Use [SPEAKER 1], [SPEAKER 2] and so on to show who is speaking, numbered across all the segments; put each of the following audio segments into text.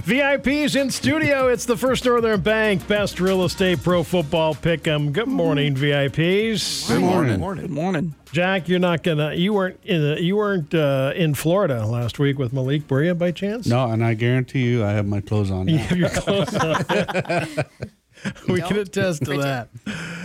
[SPEAKER 1] VIPs in studio. It's the First Northern Bank Best Real Estate Pro Football Pick'em. Good morning, VIPs.
[SPEAKER 2] Good morning.
[SPEAKER 3] Good morning.
[SPEAKER 1] Jack, you're not gonna. You weren't in. The, you weren't uh, in Florida last week with Malik, were you, by chance?
[SPEAKER 2] No, and I guarantee you, I have my clothes on.
[SPEAKER 1] You
[SPEAKER 2] Now.
[SPEAKER 1] have your clothes on. we can
[SPEAKER 3] Don't
[SPEAKER 1] attest to that.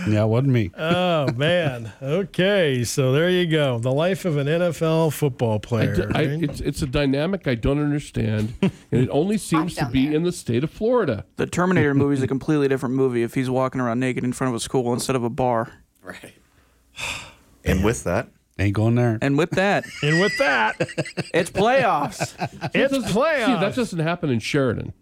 [SPEAKER 2] Yeah, it wasn't me.
[SPEAKER 1] Oh man. Okay, so there you go. The life of an NFL football
[SPEAKER 4] I
[SPEAKER 1] player.
[SPEAKER 4] d- I-
[SPEAKER 1] right?
[SPEAKER 4] it's, it's a dynamic I don't understand, and it only seems to
[SPEAKER 5] down
[SPEAKER 4] be
[SPEAKER 5] there.
[SPEAKER 4] in the state of Florida.
[SPEAKER 3] The Terminator movie is a completely different movie if he's walking around naked in front of a school instead of a bar.
[SPEAKER 5] Right. And with that,
[SPEAKER 2] Ain't going there.
[SPEAKER 3] And with that,
[SPEAKER 1] and with that,
[SPEAKER 3] it's playoffs.
[SPEAKER 1] it's playoffs.
[SPEAKER 4] See, that doesn't happen in Sheridan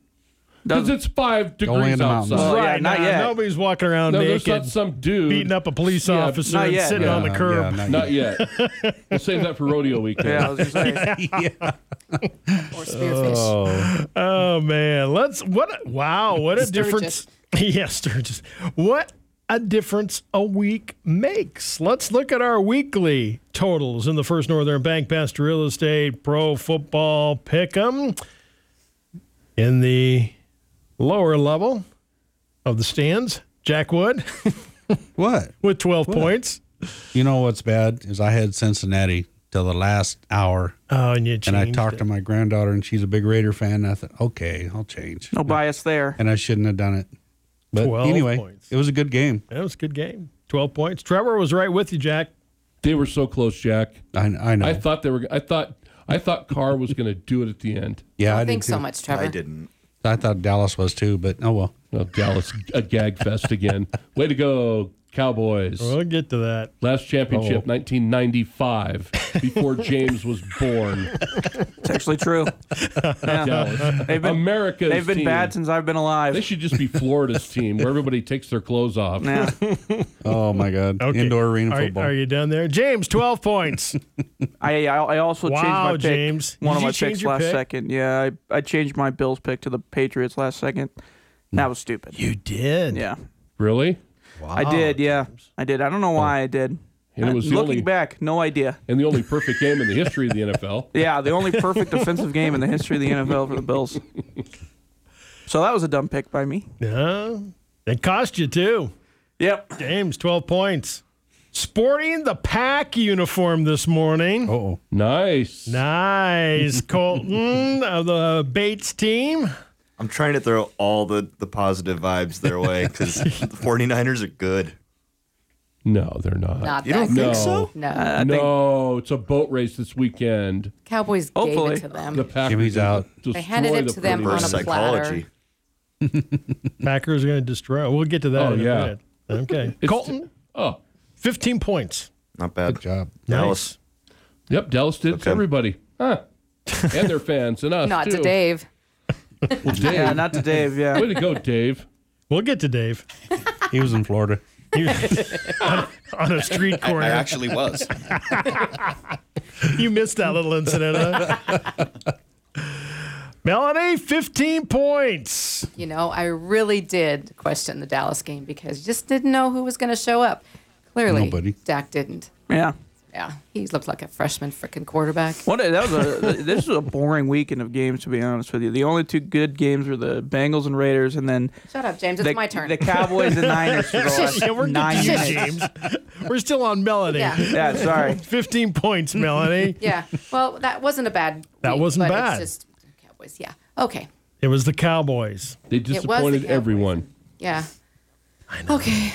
[SPEAKER 4] because
[SPEAKER 3] Doesn't-
[SPEAKER 4] it's five
[SPEAKER 2] land
[SPEAKER 4] degrees
[SPEAKER 2] in the mountains.
[SPEAKER 4] outside.
[SPEAKER 3] Well, yeah, not
[SPEAKER 1] now,
[SPEAKER 3] yet.
[SPEAKER 1] Nobody's walking around
[SPEAKER 4] No, there's
[SPEAKER 1] naked,
[SPEAKER 4] not some dude
[SPEAKER 1] beating up a police
[SPEAKER 4] Yeah,
[SPEAKER 1] officer,
[SPEAKER 3] not
[SPEAKER 1] and
[SPEAKER 3] yet.
[SPEAKER 1] sitting
[SPEAKER 2] Yeah,
[SPEAKER 1] on the
[SPEAKER 2] no,
[SPEAKER 1] curb.
[SPEAKER 2] Uh, yeah, not
[SPEAKER 4] Not
[SPEAKER 2] yet.
[SPEAKER 4] yet. we'll save that for rodeo weekend.
[SPEAKER 3] yeah, I was gonna say.
[SPEAKER 5] or spearfish.
[SPEAKER 1] Oh man, let's what? a- Wow, what a
[SPEAKER 5] Sturgis.
[SPEAKER 1] difference! Yes, Sturgis. What a difference a week makes. Let's look at our weekly totals in the First Northern Bank Best Real Estate Pro Football Pick'em in the lower level of the stands. Jack Wood
[SPEAKER 2] What?
[SPEAKER 1] with twelve points.
[SPEAKER 2] You know what's bad is I had Cincinnati till the last hour,
[SPEAKER 1] Oh, and you
[SPEAKER 2] and I
[SPEAKER 1] changed
[SPEAKER 2] talked
[SPEAKER 1] it.
[SPEAKER 2] to my granddaughter, and she's a big Raider fan. And I thought, okay, I'll change,
[SPEAKER 3] No bias there.
[SPEAKER 2] and I shouldn't have done it. But
[SPEAKER 1] 12
[SPEAKER 2] anyway,
[SPEAKER 1] points.
[SPEAKER 2] it was a good game.
[SPEAKER 1] That was a good game. Twelve points. Trevor was right with you, Jack.
[SPEAKER 4] They were so close, Jack.
[SPEAKER 2] I, I know.
[SPEAKER 4] I thought they were. I thought. I thought Carr was going to do it at the end.
[SPEAKER 2] yeah,
[SPEAKER 5] I
[SPEAKER 2] I,
[SPEAKER 5] don't
[SPEAKER 2] did
[SPEAKER 5] think so
[SPEAKER 2] too.
[SPEAKER 5] much, Trevor.
[SPEAKER 6] I didn't.
[SPEAKER 2] I thought Dallas was too, but oh well.
[SPEAKER 4] Well, Dallas a gag fest again. Way to go, Cowboys!
[SPEAKER 1] We'll get to that.
[SPEAKER 4] Last championship,
[SPEAKER 1] Oh.
[SPEAKER 4] 1995, before James was born.
[SPEAKER 3] It's actually true.
[SPEAKER 4] Dallas.
[SPEAKER 3] They've been
[SPEAKER 4] America's
[SPEAKER 3] Oh, they've been
[SPEAKER 4] team.
[SPEAKER 3] bad since I've been
[SPEAKER 4] They
[SPEAKER 3] alive.
[SPEAKER 4] should just be Florida's team, where everybody takes their clothes off.
[SPEAKER 3] Yeah.
[SPEAKER 2] Oh my God!
[SPEAKER 1] Okay.
[SPEAKER 2] Indoor arena
[SPEAKER 1] Are-
[SPEAKER 2] football.
[SPEAKER 1] Are you done there, James? Twelve points.
[SPEAKER 3] I I I also changed
[SPEAKER 1] Wow,
[SPEAKER 3] my pick.
[SPEAKER 1] James.
[SPEAKER 3] One
[SPEAKER 1] Did
[SPEAKER 3] of
[SPEAKER 1] you
[SPEAKER 3] my
[SPEAKER 1] change
[SPEAKER 3] picks
[SPEAKER 1] your
[SPEAKER 3] last
[SPEAKER 1] pick?
[SPEAKER 3] second. Yeah, I, I changed my Bills pick to the Patriots last second. That was stupid.
[SPEAKER 1] You did.
[SPEAKER 3] Yeah.
[SPEAKER 4] Really?
[SPEAKER 3] I did, yeah. I did. I don't know why I did.
[SPEAKER 4] And it
[SPEAKER 3] Uh,
[SPEAKER 4] was the
[SPEAKER 3] Looking
[SPEAKER 4] only-
[SPEAKER 3] back, no idea.
[SPEAKER 4] And the only perfect game in the history of the NFL.
[SPEAKER 3] Yeah, the only perfect offensive game in the history of the NFL for the Bills. So that was a dumb pick by me.
[SPEAKER 1] Yeah. It cost you too.
[SPEAKER 3] Yep.
[SPEAKER 1] James, 12 points. Sporting the pack uniform this morning.
[SPEAKER 2] Oh,
[SPEAKER 4] Nice.
[SPEAKER 1] Nice. Colton of the Bates team.
[SPEAKER 6] I'm trying to throw all the, the positive vibes their way because the 49ers are good.
[SPEAKER 4] No, they're not.
[SPEAKER 5] Not
[SPEAKER 6] You don't
[SPEAKER 5] that
[SPEAKER 4] think
[SPEAKER 5] good.
[SPEAKER 4] so?
[SPEAKER 5] No.
[SPEAKER 3] I think-
[SPEAKER 4] no, it's a boat race this weekend.
[SPEAKER 5] Cowboys gave
[SPEAKER 3] Hopefully.
[SPEAKER 5] it to them.
[SPEAKER 4] The Packers
[SPEAKER 2] Jimmy's out.
[SPEAKER 4] destroy
[SPEAKER 5] handed it
[SPEAKER 4] the
[SPEAKER 5] to them on
[SPEAKER 6] Reverse
[SPEAKER 5] a
[SPEAKER 4] Patriots.
[SPEAKER 5] platter.
[SPEAKER 6] psychology.
[SPEAKER 1] Packers are going to destroy. We'll get to that
[SPEAKER 4] Oh,
[SPEAKER 1] in
[SPEAKER 4] yeah.
[SPEAKER 1] a minute. Okay.
[SPEAKER 4] It's-
[SPEAKER 1] Colton,
[SPEAKER 4] Oh,
[SPEAKER 1] 15 points.
[SPEAKER 6] Not bad.
[SPEAKER 2] good job.
[SPEAKER 6] Dallas.
[SPEAKER 4] yep. Dallas did it to
[SPEAKER 6] Okay.
[SPEAKER 4] everybody. Huh. And their fans and us.
[SPEAKER 5] Not
[SPEAKER 4] too.
[SPEAKER 5] to Dave.
[SPEAKER 4] Well, Dave.
[SPEAKER 3] Yeah, not to Dave. Yeah.
[SPEAKER 4] Way to go, Dave.
[SPEAKER 1] We'll get to Dave
[SPEAKER 2] He was in Florida.
[SPEAKER 1] You- on, on a street
[SPEAKER 6] I
[SPEAKER 1] corner.
[SPEAKER 6] actually was.
[SPEAKER 1] You missed that little incident, huh? Melanie, 15 points.
[SPEAKER 5] You know, I really did question the Dallas game because you just didn't know who was going to show up. Clearly,
[SPEAKER 2] Nobody.
[SPEAKER 5] Dak didn't.
[SPEAKER 3] Yeah.
[SPEAKER 5] Yeah, he looked like a freshman freaking quarterback.
[SPEAKER 3] What a, that was a this was a boring weekend of games to be honest with you. The only two good games were the Bengals and Raiders, and then
[SPEAKER 5] Shut up, James. It's
[SPEAKER 3] the,
[SPEAKER 5] my turn.
[SPEAKER 3] the Cowboys and Niners for the last
[SPEAKER 1] Yeah, we're
[SPEAKER 3] nine
[SPEAKER 1] good to you,
[SPEAKER 3] minutes.
[SPEAKER 1] James. We're still on Melanie.
[SPEAKER 5] yeah,
[SPEAKER 3] Yeah, sorry.
[SPEAKER 1] 15 points, Melanie.
[SPEAKER 5] yeah. Well, that wasn't a bad.
[SPEAKER 1] That
[SPEAKER 5] week,
[SPEAKER 1] wasn't
[SPEAKER 5] but
[SPEAKER 1] bad.
[SPEAKER 5] It's just Cowboys. Yeah. Okay.
[SPEAKER 1] It was the Cowboys.
[SPEAKER 4] They
[SPEAKER 5] was the
[SPEAKER 4] disappointed
[SPEAKER 5] Cowboys.
[SPEAKER 4] everyone.
[SPEAKER 5] Yeah. Okay,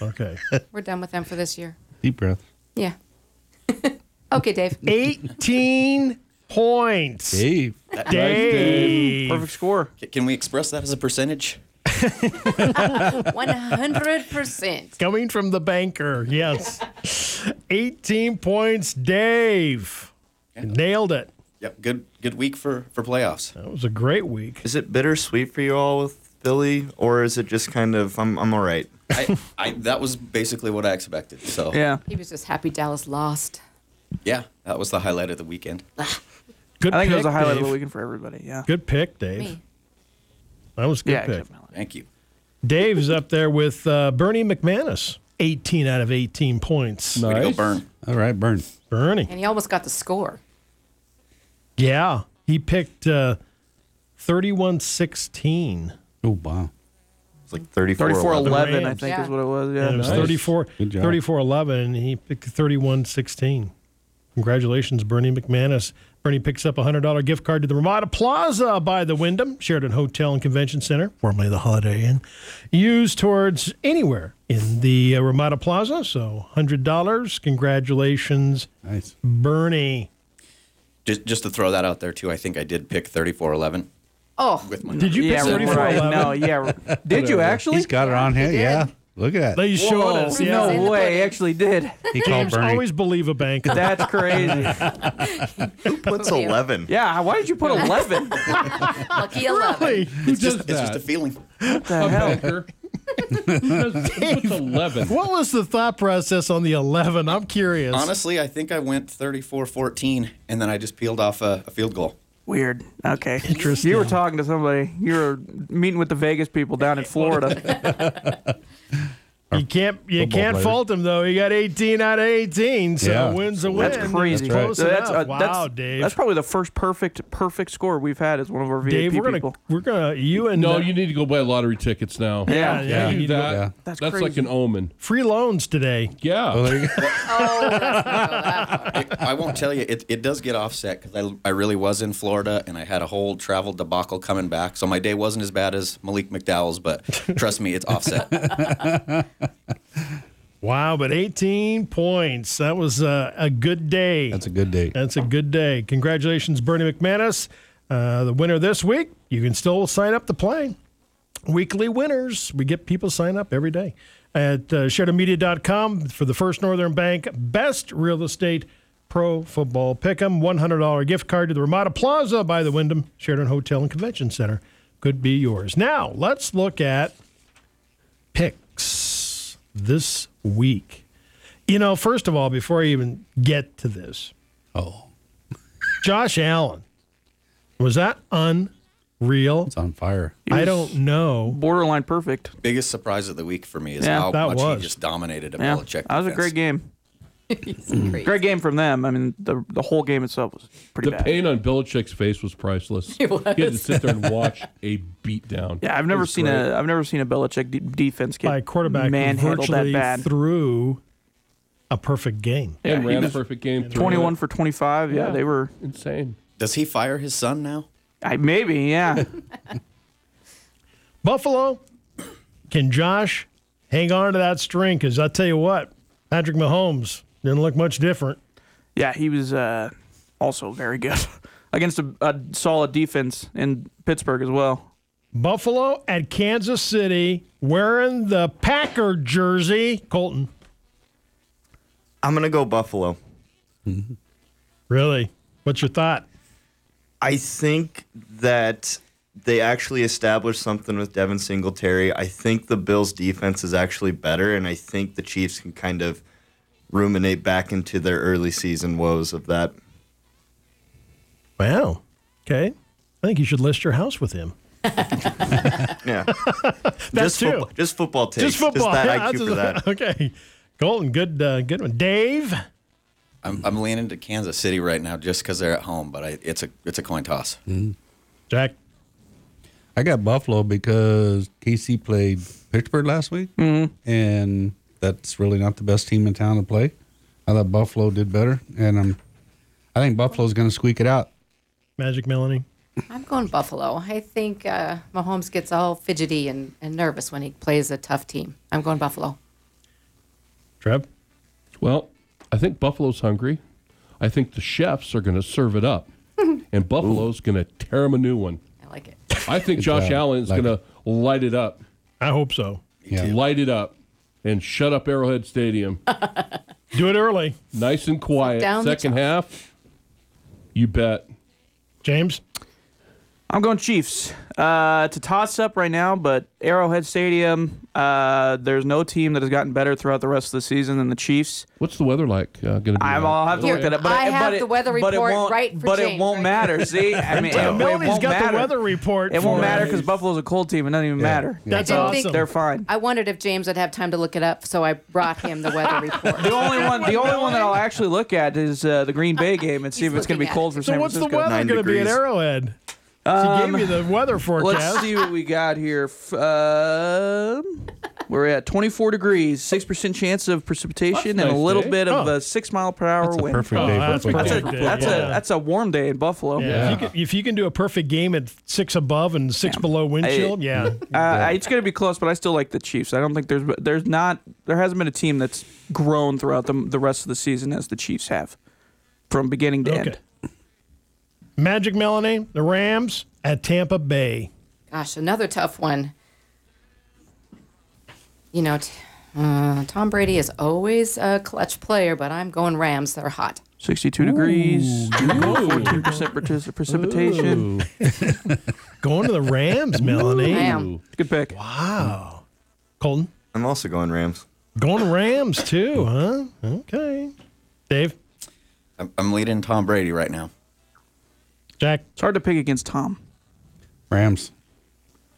[SPEAKER 1] Okay.
[SPEAKER 5] we're done with them for this year.
[SPEAKER 2] Deep breath.
[SPEAKER 5] Yeah. okay, Dave.
[SPEAKER 1] 18 points.
[SPEAKER 2] Dave.
[SPEAKER 1] Dave.
[SPEAKER 3] Perfect score.
[SPEAKER 7] Can we express that as a percentage?
[SPEAKER 5] One hundred percent.
[SPEAKER 1] Coming from the banker. Yes. 18 points, Dave. Nailed it.
[SPEAKER 7] Yep. Good. Good week for for playoffs.
[SPEAKER 1] That was a great week.
[SPEAKER 6] Is it bittersweet for you all with Philly, or is it just kind of I'm I'm all right?
[SPEAKER 7] I, I that was basically what I expected. So
[SPEAKER 3] Yeah.
[SPEAKER 5] He was just happy Dallas lost.
[SPEAKER 7] yeah, that was the highlight of the weekend.
[SPEAKER 1] Good
[SPEAKER 3] I think
[SPEAKER 1] pick,
[SPEAKER 3] it was the highlight
[SPEAKER 1] Dave.
[SPEAKER 3] of the weekend for everybody. Yeah.
[SPEAKER 1] Good pick, Dave.
[SPEAKER 5] Me.
[SPEAKER 1] That was a good
[SPEAKER 3] Yeah.
[SPEAKER 1] pick.
[SPEAKER 3] except Melanie.
[SPEAKER 7] Thank you.
[SPEAKER 1] Dave's up there with uh, Bernie McManus. 18 out of 18 points.
[SPEAKER 7] Way to
[SPEAKER 4] Nice.
[SPEAKER 7] go, burn.
[SPEAKER 2] All right, burn.
[SPEAKER 1] Bernie.
[SPEAKER 5] And he almost got the score.
[SPEAKER 1] Yeah, he picked uh, 31 16.
[SPEAKER 2] Oh, wow.
[SPEAKER 6] It's like 34.
[SPEAKER 3] 34 11, I
[SPEAKER 1] Rams.
[SPEAKER 3] think,
[SPEAKER 5] Yeah.
[SPEAKER 3] is what it was. Yeah.
[SPEAKER 1] And it was
[SPEAKER 4] Nice.
[SPEAKER 1] 34,
[SPEAKER 2] Good job.
[SPEAKER 1] 34 11, and he picked 31 16. Congratulations, Bernie McManus. Bernie picks up a $100 gift card to the Ramada Plaza by the Wyndham Sheridan Hotel and Convention Center, formerly the Holiday Inn, used towards anywhere in the uh, Ramada Plaza. So $100. Congratulations,
[SPEAKER 2] Nice.
[SPEAKER 1] Bernie.
[SPEAKER 7] Just, just to throw that out there too, I think I did pick 3411
[SPEAKER 5] Oh,
[SPEAKER 7] with my.
[SPEAKER 1] Did you pick
[SPEAKER 3] Yeah,
[SPEAKER 1] 34
[SPEAKER 3] right.
[SPEAKER 1] 11?
[SPEAKER 3] No, yeah. Did you actually?
[SPEAKER 2] He's got it on hand.
[SPEAKER 5] did.
[SPEAKER 2] Yeah. Look at that.
[SPEAKER 1] They showed us. Yeah.
[SPEAKER 5] It's in
[SPEAKER 3] No
[SPEAKER 5] the
[SPEAKER 3] way,
[SPEAKER 5] pudding.
[SPEAKER 3] actually did.
[SPEAKER 2] He called
[SPEAKER 1] James,
[SPEAKER 2] Bernie.
[SPEAKER 1] always believe a banker.
[SPEAKER 3] That's crazy.
[SPEAKER 6] What's 11?
[SPEAKER 3] Yeah, why did you put 11? What
[SPEAKER 5] lucky 11.
[SPEAKER 1] Really?
[SPEAKER 4] Who does
[SPEAKER 7] Just,
[SPEAKER 4] that?
[SPEAKER 7] it's just a feeling.
[SPEAKER 3] the hell?
[SPEAKER 4] banker. Who does- who puts 11?
[SPEAKER 1] What was the thought process on the 11? I'm curious.
[SPEAKER 7] Honestly, I think I went 34-14, and then I just peeled off a, a field goal.
[SPEAKER 3] Weird. Okay. You were talking to somebody. You were meeting with the Vegas people down in Florida.
[SPEAKER 1] You can't you
[SPEAKER 2] football
[SPEAKER 1] can't
[SPEAKER 2] players.
[SPEAKER 1] fault him though. He got 18 out of 18, so
[SPEAKER 2] Yeah.
[SPEAKER 1] wins a win.
[SPEAKER 3] That's crazy.
[SPEAKER 1] Close
[SPEAKER 3] So that's,
[SPEAKER 1] enough.
[SPEAKER 3] uh,
[SPEAKER 1] wow,
[SPEAKER 3] that's-
[SPEAKER 1] Dave.
[SPEAKER 3] That's probably the first perfect perfect score we've had as one of our VIP
[SPEAKER 1] Dave, we're gonna
[SPEAKER 3] people.
[SPEAKER 1] we're gonna you and
[SPEAKER 4] No,
[SPEAKER 1] uh,
[SPEAKER 4] you need to go buy lottery tickets now.
[SPEAKER 3] Yeah.
[SPEAKER 1] Yeah,
[SPEAKER 4] You
[SPEAKER 1] you
[SPEAKER 4] do
[SPEAKER 1] do.
[SPEAKER 4] that.
[SPEAKER 2] Yeah.
[SPEAKER 4] That's,
[SPEAKER 3] That's
[SPEAKER 4] like
[SPEAKER 3] crazy.
[SPEAKER 4] an omen.
[SPEAKER 1] free loans today.
[SPEAKER 4] Yeah.
[SPEAKER 2] Oh, there you go.
[SPEAKER 5] Oh, that's not going that far.
[SPEAKER 7] I- I won't tell you. It, it does get offset because I, I really was in Florida and I had a whole travel debacle coming back. So my day wasn't as bad as Malik McDowell's, but trust me, it's offset.
[SPEAKER 1] Wow, but 18 points. That was uh, a good day.
[SPEAKER 2] That's a good date.
[SPEAKER 1] That's a good day. Congratulations, Bernie McManus, uh, the winner this week. You can still sign up to play. Weekly winners. We get people sign up every day at uh, sharedmedia.com for the First Northern Bank Best Real Estate Pro Football Pick'em. $100 gift card to the Ramada Plaza by the Wyndham Sheridan Hotel and Convention Center could be yours. Now, let's look at picks this week. You know, first of all, before I even get to this,
[SPEAKER 2] Oh,
[SPEAKER 1] Josh Allen. Was that unreal?
[SPEAKER 2] it's on fire.
[SPEAKER 1] I don't know.
[SPEAKER 3] Borderline perfect.
[SPEAKER 7] Biggest surprise of the week for me is
[SPEAKER 3] Yeah,
[SPEAKER 7] how
[SPEAKER 1] that
[SPEAKER 7] much
[SPEAKER 1] was.
[SPEAKER 7] he just dominated a
[SPEAKER 3] Yeah.
[SPEAKER 7] Belichick.
[SPEAKER 3] that was a
[SPEAKER 7] defense.
[SPEAKER 3] great game.
[SPEAKER 5] He's crazy.
[SPEAKER 3] Great game from them. I mean, the the whole game itself was pretty
[SPEAKER 4] The
[SPEAKER 3] bad.
[SPEAKER 4] pain on Belichick's face was priceless. He had to sit there and watch a beatdown.
[SPEAKER 3] Yeah, I've never seen a I've never seen a Belichick de- defense get
[SPEAKER 1] By a quarterback who
[SPEAKER 3] manhandled that
[SPEAKER 1] virtually
[SPEAKER 3] bad.
[SPEAKER 1] through a perfect game.
[SPEAKER 4] And
[SPEAKER 3] Yeah,
[SPEAKER 4] ran
[SPEAKER 3] he
[SPEAKER 4] a
[SPEAKER 3] was
[SPEAKER 4] perfect game. through
[SPEAKER 3] Twenty-one
[SPEAKER 4] it.
[SPEAKER 3] for twenty-five. Yeah,
[SPEAKER 4] Yeah.
[SPEAKER 3] they were.
[SPEAKER 4] Insane.
[SPEAKER 7] Does he fire his son now?
[SPEAKER 3] I, maybe. Yeah.
[SPEAKER 1] Buffalo, can Josh hang on to that string? Because I tell you what, Patrick Mahomes didn't look much different.
[SPEAKER 3] Yeah, he was uh, also very good against a, a solid defense in Pittsburgh as well.
[SPEAKER 1] Buffalo at Kansas City wearing the Packer jersey. Colton,
[SPEAKER 6] I'm going to go Buffalo.
[SPEAKER 1] really? What's your thought?
[SPEAKER 6] I think that they actually established something with Devin Singletary. I think the Bills' defense is actually better, and I think the Chiefs can kind of ruminate back into their early season woes of that.
[SPEAKER 1] Wow. Okay. I think you should list your house with him.
[SPEAKER 6] Yeah,
[SPEAKER 1] That's
[SPEAKER 6] just
[SPEAKER 1] true.
[SPEAKER 6] Football, just football takes.
[SPEAKER 1] Just football.
[SPEAKER 6] that
[SPEAKER 1] Yeah,
[SPEAKER 6] IQ
[SPEAKER 1] that's-
[SPEAKER 6] for that.
[SPEAKER 1] Okay. Colton, good uh, good one. Dave, Mm-hmm.
[SPEAKER 7] I'm, I'm leaning to Kansas City right now just because they're at home, but I, it's a it's a coin toss.
[SPEAKER 1] Mm. Jack,
[SPEAKER 2] I got Buffalo because KC played Pittsburgh last week,
[SPEAKER 3] Mm-hmm.
[SPEAKER 2] mm and that's really not the best team in town to play. I thought Buffalo did better, and I'm, I think Buffalo's going to squeak it out.
[SPEAKER 1] Magic Melanie.
[SPEAKER 5] I'm going Buffalo. I think uh, Mahomes gets all fidgety and, and nervous when he plays a tough team. I'm going Buffalo.
[SPEAKER 1] Trev.
[SPEAKER 4] Well, I think Buffalo's hungry. I think the chefs are going to serve it up. and Buffalo's going to tear him a new one.
[SPEAKER 5] I like it.
[SPEAKER 4] I think
[SPEAKER 2] Good
[SPEAKER 4] Josh
[SPEAKER 2] job.
[SPEAKER 4] Allen is
[SPEAKER 2] Like
[SPEAKER 4] going to light it up.
[SPEAKER 1] I hope so.
[SPEAKER 2] Yeah.
[SPEAKER 4] Light it up. And shut up Arrowhead Stadium.
[SPEAKER 1] Do it early.
[SPEAKER 4] nice and quiet.
[SPEAKER 5] down the
[SPEAKER 4] Second half, you bet.
[SPEAKER 1] James.
[SPEAKER 3] I'm going Chiefs. Uh, it's a toss up right now, but Arrowhead Stadium. Uh, there's no team that has gotten better throughout the rest of the season than the Chiefs.
[SPEAKER 4] What's the weather like uh, going to be?
[SPEAKER 3] I'm,
[SPEAKER 4] like?
[SPEAKER 3] I'll have to look at it, but
[SPEAKER 5] I
[SPEAKER 3] it-
[SPEAKER 5] have
[SPEAKER 3] but it-
[SPEAKER 5] the weather
[SPEAKER 3] but it
[SPEAKER 5] report
[SPEAKER 3] won't-
[SPEAKER 5] right for
[SPEAKER 3] But it
[SPEAKER 5] James
[SPEAKER 3] won't
[SPEAKER 5] right
[SPEAKER 3] matter. See, I mean, it, it
[SPEAKER 1] Melanie's
[SPEAKER 3] won't
[SPEAKER 1] got
[SPEAKER 3] matter.
[SPEAKER 1] the weather report.
[SPEAKER 3] It
[SPEAKER 1] for
[SPEAKER 3] won't matter
[SPEAKER 1] us.
[SPEAKER 3] because Buffalo's a cold team. It doesn't even matter.
[SPEAKER 2] Yeah.
[SPEAKER 1] That's
[SPEAKER 5] I didn't
[SPEAKER 1] awesome.
[SPEAKER 5] think-
[SPEAKER 3] They're fine.
[SPEAKER 5] I wondered if James would have time to look it up, so I brought him the weather report.
[SPEAKER 3] The only one, the only one that I'll actually look at is uh, the Green Bay game and see
[SPEAKER 5] He's
[SPEAKER 3] if it's going to be
[SPEAKER 5] looking at
[SPEAKER 3] cold
[SPEAKER 5] it.
[SPEAKER 3] for
[SPEAKER 1] so
[SPEAKER 3] San
[SPEAKER 1] what's the
[SPEAKER 3] Francisco. Um,
[SPEAKER 1] weather
[SPEAKER 6] Nine
[SPEAKER 1] going to be at
[SPEAKER 6] degrees.
[SPEAKER 1] Arrowhead? she gave you the weather
[SPEAKER 3] Let's
[SPEAKER 1] forecast.
[SPEAKER 3] see what we got here. F- Uh, we're at 24 degrees, 6% chance of precipitation,
[SPEAKER 4] That's
[SPEAKER 3] and a
[SPEAKER 4] nice
[SPEAKER 3] little
[SPEAKER 4] day.
[SPEAKER 3] bit of
[SPEAKER 1] Oh.
[SPEAKER 3] a six mile per hour
[SPEAKER 2] That's a
[SPEAKER 3] wind.
[SPEAKER 2] perfect
[SPEAKER 1] Oh,
[SPEAKER 2] day
[SPEAKER 1] that's
[SPEAKER 2] for
[SPEAKER 3] That's a,
[SPEAKER 2] football.
[SPEAKER 1] Perfect day,
[SPEAKER 3] that's,
[SPEAKER 1] yeah.
[SPEAKER 3] a, that's a warm day in Buffalo.
[SPEAKER 1] Yeah, If, you can, if you can do a perfect game at six above and six below wind
[SPEAKER 3] I-
[SPEAKER 1] chill, yeah.
[SPEAKER 3] Uh, it's going to be close, but I still like the Chiefs. I don't think there's there's not there hasn't been a team that's grown throughout the the rest of the season as the Chiefs have, from beginning to
[SPEAKER 1] Okay.
[SPEAKER 3] end.
[SPEAKER 1] Magic Melanie, the Rams at Tampa Bay.
[SPEAKER 5] Gosh, another tough one. You know, t- uh, Tom Brady is always a clutch player, but I'm going Rams. They're hot.
[SPEAKER 3] 62 degrees,
[SPEAKER 4] Ooh.
[SPEAKER 3] 14% partic- precipitation.
[SPEAKER 4] Ooh.
[SPEAKER 1] Going to the Rams, Melanie.
[SPEAKER 5] I am.
[SPEAKER 4] Ooh.
[SPEAKER 3] Good pick.
[SPEAKER 1] Wow. Colton,
[SPEAKER 6] I'm also going Rams.
[SPEAKER 1] going to Rams too, huh? Okay. Dave,
[SPEAKER 7] I'm, I'm leading Tom Brady right now.
[SPEAKER 1] Jack,
[SPEAKER 3] It's hard to pick against Tom.
[SPEAKER 2] Rams.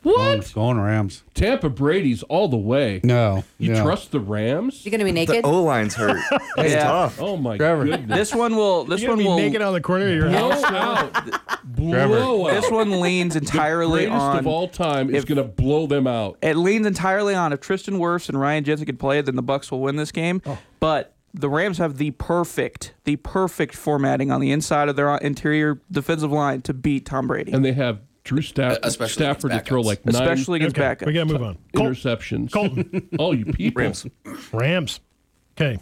[SPEAKER 2] Going,
[SPEAKER 4] What?
[SPEAKER 2] going Rams.
[SPEAKER 4] Tampa Brady's all the way.
[SPEAKER 2] No.
[SPEAKER 4] You
[SPEAKER 2] no.
[SPEAKER 4] trust the Rams?
[SPEAKER 5] You gonna be
[SPEAKER 6] The
[SPEAKER 5] naked?
[SPEAKER 6] O line's hurt. It's
[SPEAKER 3] Yeah.
[SPEAKER 6] tough.
[SPEAKER 4] Oh my
[SPEAKER 2] Trevor.
[SPEAKER 4] goodness!
[SPEAKER 3] This one will. This
[SPEAKER 1] you
[SPEAKER 3] one
[SPEAKER 1] gonna be
[SPEAKER 3] will.
[SPEAKER 1] naked on the corner of your
[SPEAKER 4] Blow
[SPEAKER 1] house.
[SPEAKER 4] out,
[SPEAKER 2] Trevor.
[SPEAKER 4] blow out.
[SPEAKER 3] This one leans entirely
[SPEAKER 4] Greatest
[SPEAKER 3] on.
[SPEAKER 4] of all time is
[SPEAKER 3] if-
[SPEAKER 4] going to blow them out.
[SPEAKER 3] it leans entirely on if Tristan Wirfs and Ryan Jensen could play, then the Bucks will win this game. But the Rams have the perfect, the perfect formatting on the inside of their interior defensive line to beat Tom Brady,
[SPEAKER 4] And they have Drew Staff-
[SPEAKER 7] Especially
[SPEAKER 4] Stafford to
[SPEAKER 7] against
[SPEAKER 4] throw
[SPEAKER 7] backups.
[SPEAKER 4] like nine
[SPEAKER 3] especially against
[SPEAKER 1] Okay,
[SPEAKER 3] backup.
[SPEAKER 1] we gotta move on. Colton,
[SPEAKER 4] interceptions. oh, you people.
[SPEAKER 6] Rams.
[SPEAKER 1] Rams. Okay.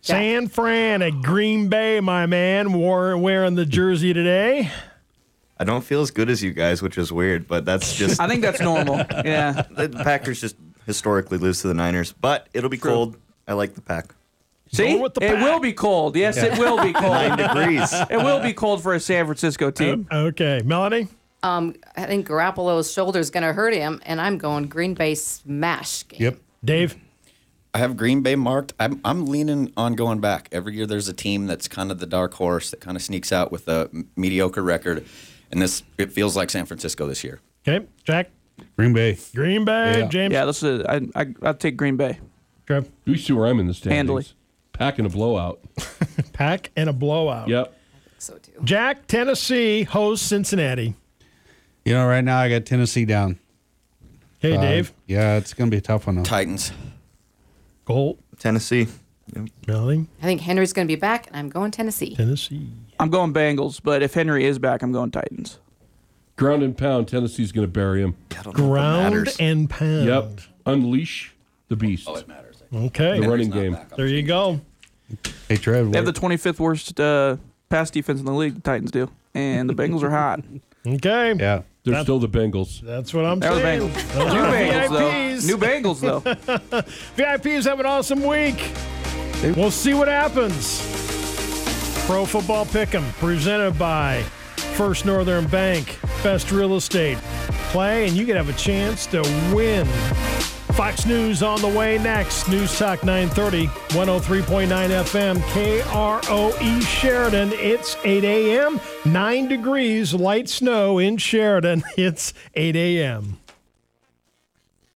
[SPEAKER 1] San Fran at Green Bay, my man, wore, wearing the jersey today.
[SPEAKER 6] I don't feel as good as you guys, which is weird, but that's just
[SPEAKER 3] I think that's normal. yeah.
[SPEAKER 6] the Packers just historically lose to the Niners. But it'll be cold. I like the pack.
[SPEAKER 3] See,
[SPEAKER 1] with
[SPEAKER 3] it
[SPEAKER 1] the pack.
[SPEAKER 3] will be cold. Yes, it will be
[SPEAKER 6] Nine
[SPEAKER 3] cold.
[SPEAKER 6] degrees.
[SPEAKER 3] it will be cold for a San Francisco team.
[SPEAKER 1] Okay. Melanie?
[SPEAKER 5] Um, I think Garoppolo's shoulder's gonna hurt him, and I'm going Green Bay smash game.
[SPEAKER 2] Yep.
[SPEAKER 1] Dave?
[SPEAKER 7] I have Green Bay marked. I'm, I'm leaning on going back. Every year there's a team that's kind of the dark horse that kind of sneaks out with a m- mediocre record. And this, it feels like San Francisco this year.
[SPEAKER 1] Okay. Jack?
[SPEAKER 2] Green Bay.
[SPEAKER 1] Green Bay,
[SPEAKER 2] Yeah.
[SPEAKER 1] James.
[SPEAKER 3] Yeah, this is. I, I, I'll take Green Bay.
[SPEAKER 1] Trev,
[SPEAKER 4] You see where I'm in the standings.
[SPEAKER 3] Handily.
[SPEAKER 4] Packing a blowout.
[SPEAKER 1] pack and a blowout.
[SPEAKER 4] Yep.
[SPEAKER 5] So too.
[SPEAKER 1] Jack, Tennessee hosts Cincinnati.
[SPEAKER 2] You know, right now I got Tennessee down.
[SPEAKER 1] Hey,
[SPEAKER 2] Uh,
[SPEAKER 1] Dave.
[SPEAKER 2] Yeah, it's going to be a tough one. Though.
[SPEAKER 7] Titans.
[SPEAKER 1] Gold.
[SPEAKER 6] Tennessee. Yep.
[SPEAKER 1] Melanie,
[SPEAKER 5] I think Henry's gonna be back, and I'm going Tennessee.
[SPEAKER 1] Tennessee.
[SPEAKER 3] I'm going Bengals, but if Henry is back, I'm going Titans.
[SPEAKER 4] Ground and pound. Tennessee's going to bury him.
[SPEAKER 6] I don't know if it
[SPEAKER 1] Ground
[SPEAKER 6] matters.
[SPEAKER 1] and pound.
[SPEAKER 4] Yep. Unleash the beast.
[SPEAKER 7] Oh, it matters.
[SPEAKER 1] Okay.
[SPEAKER 4] The running
[SPEAKER 7] Not
[SPEAKER 4] game.
[SPEAKER 7] back.
[SPEAKER 1] There you go.
[SPEAKER 2] Hey, Trev.
[SPEAKER 3] They have the
[SPEAKER 2] what-
[SPEAKER 3] 25th worst uh, pass defense in the league. The Titans do, and the Bengals are hot.
[SPEAKER 1] Okay.
[SPEAKER 2] yeah.
[SPEAKER 4] They're still the Bengals.
[SPEAKER 1] That's what I'm
[SPEAKER 3] They're the
[SPEAKER 1] saying.
[SPEAKER 3] Bengals.
[SPEAKER 1] Those
[SPEAKER 3] New
[SPEAKER 1] are
[SPEAKER 3] Bengals
[SPEAKER 1] VIPs.
[SPEAKER 3] though. New Bengals though.
[SPEAKER 1] VIPs have an awesome week. We'll see what happens. Pro Football Pick'em presented by First Northern Bank, Best Real Estate. Play and you could have a chance to win. Fox News on the way next. News Talk 930, 103.9 FM, KROE E Sheridan. It's 8 a.m., 9 degrees, light snow in Sheridan. It's 8 a.m.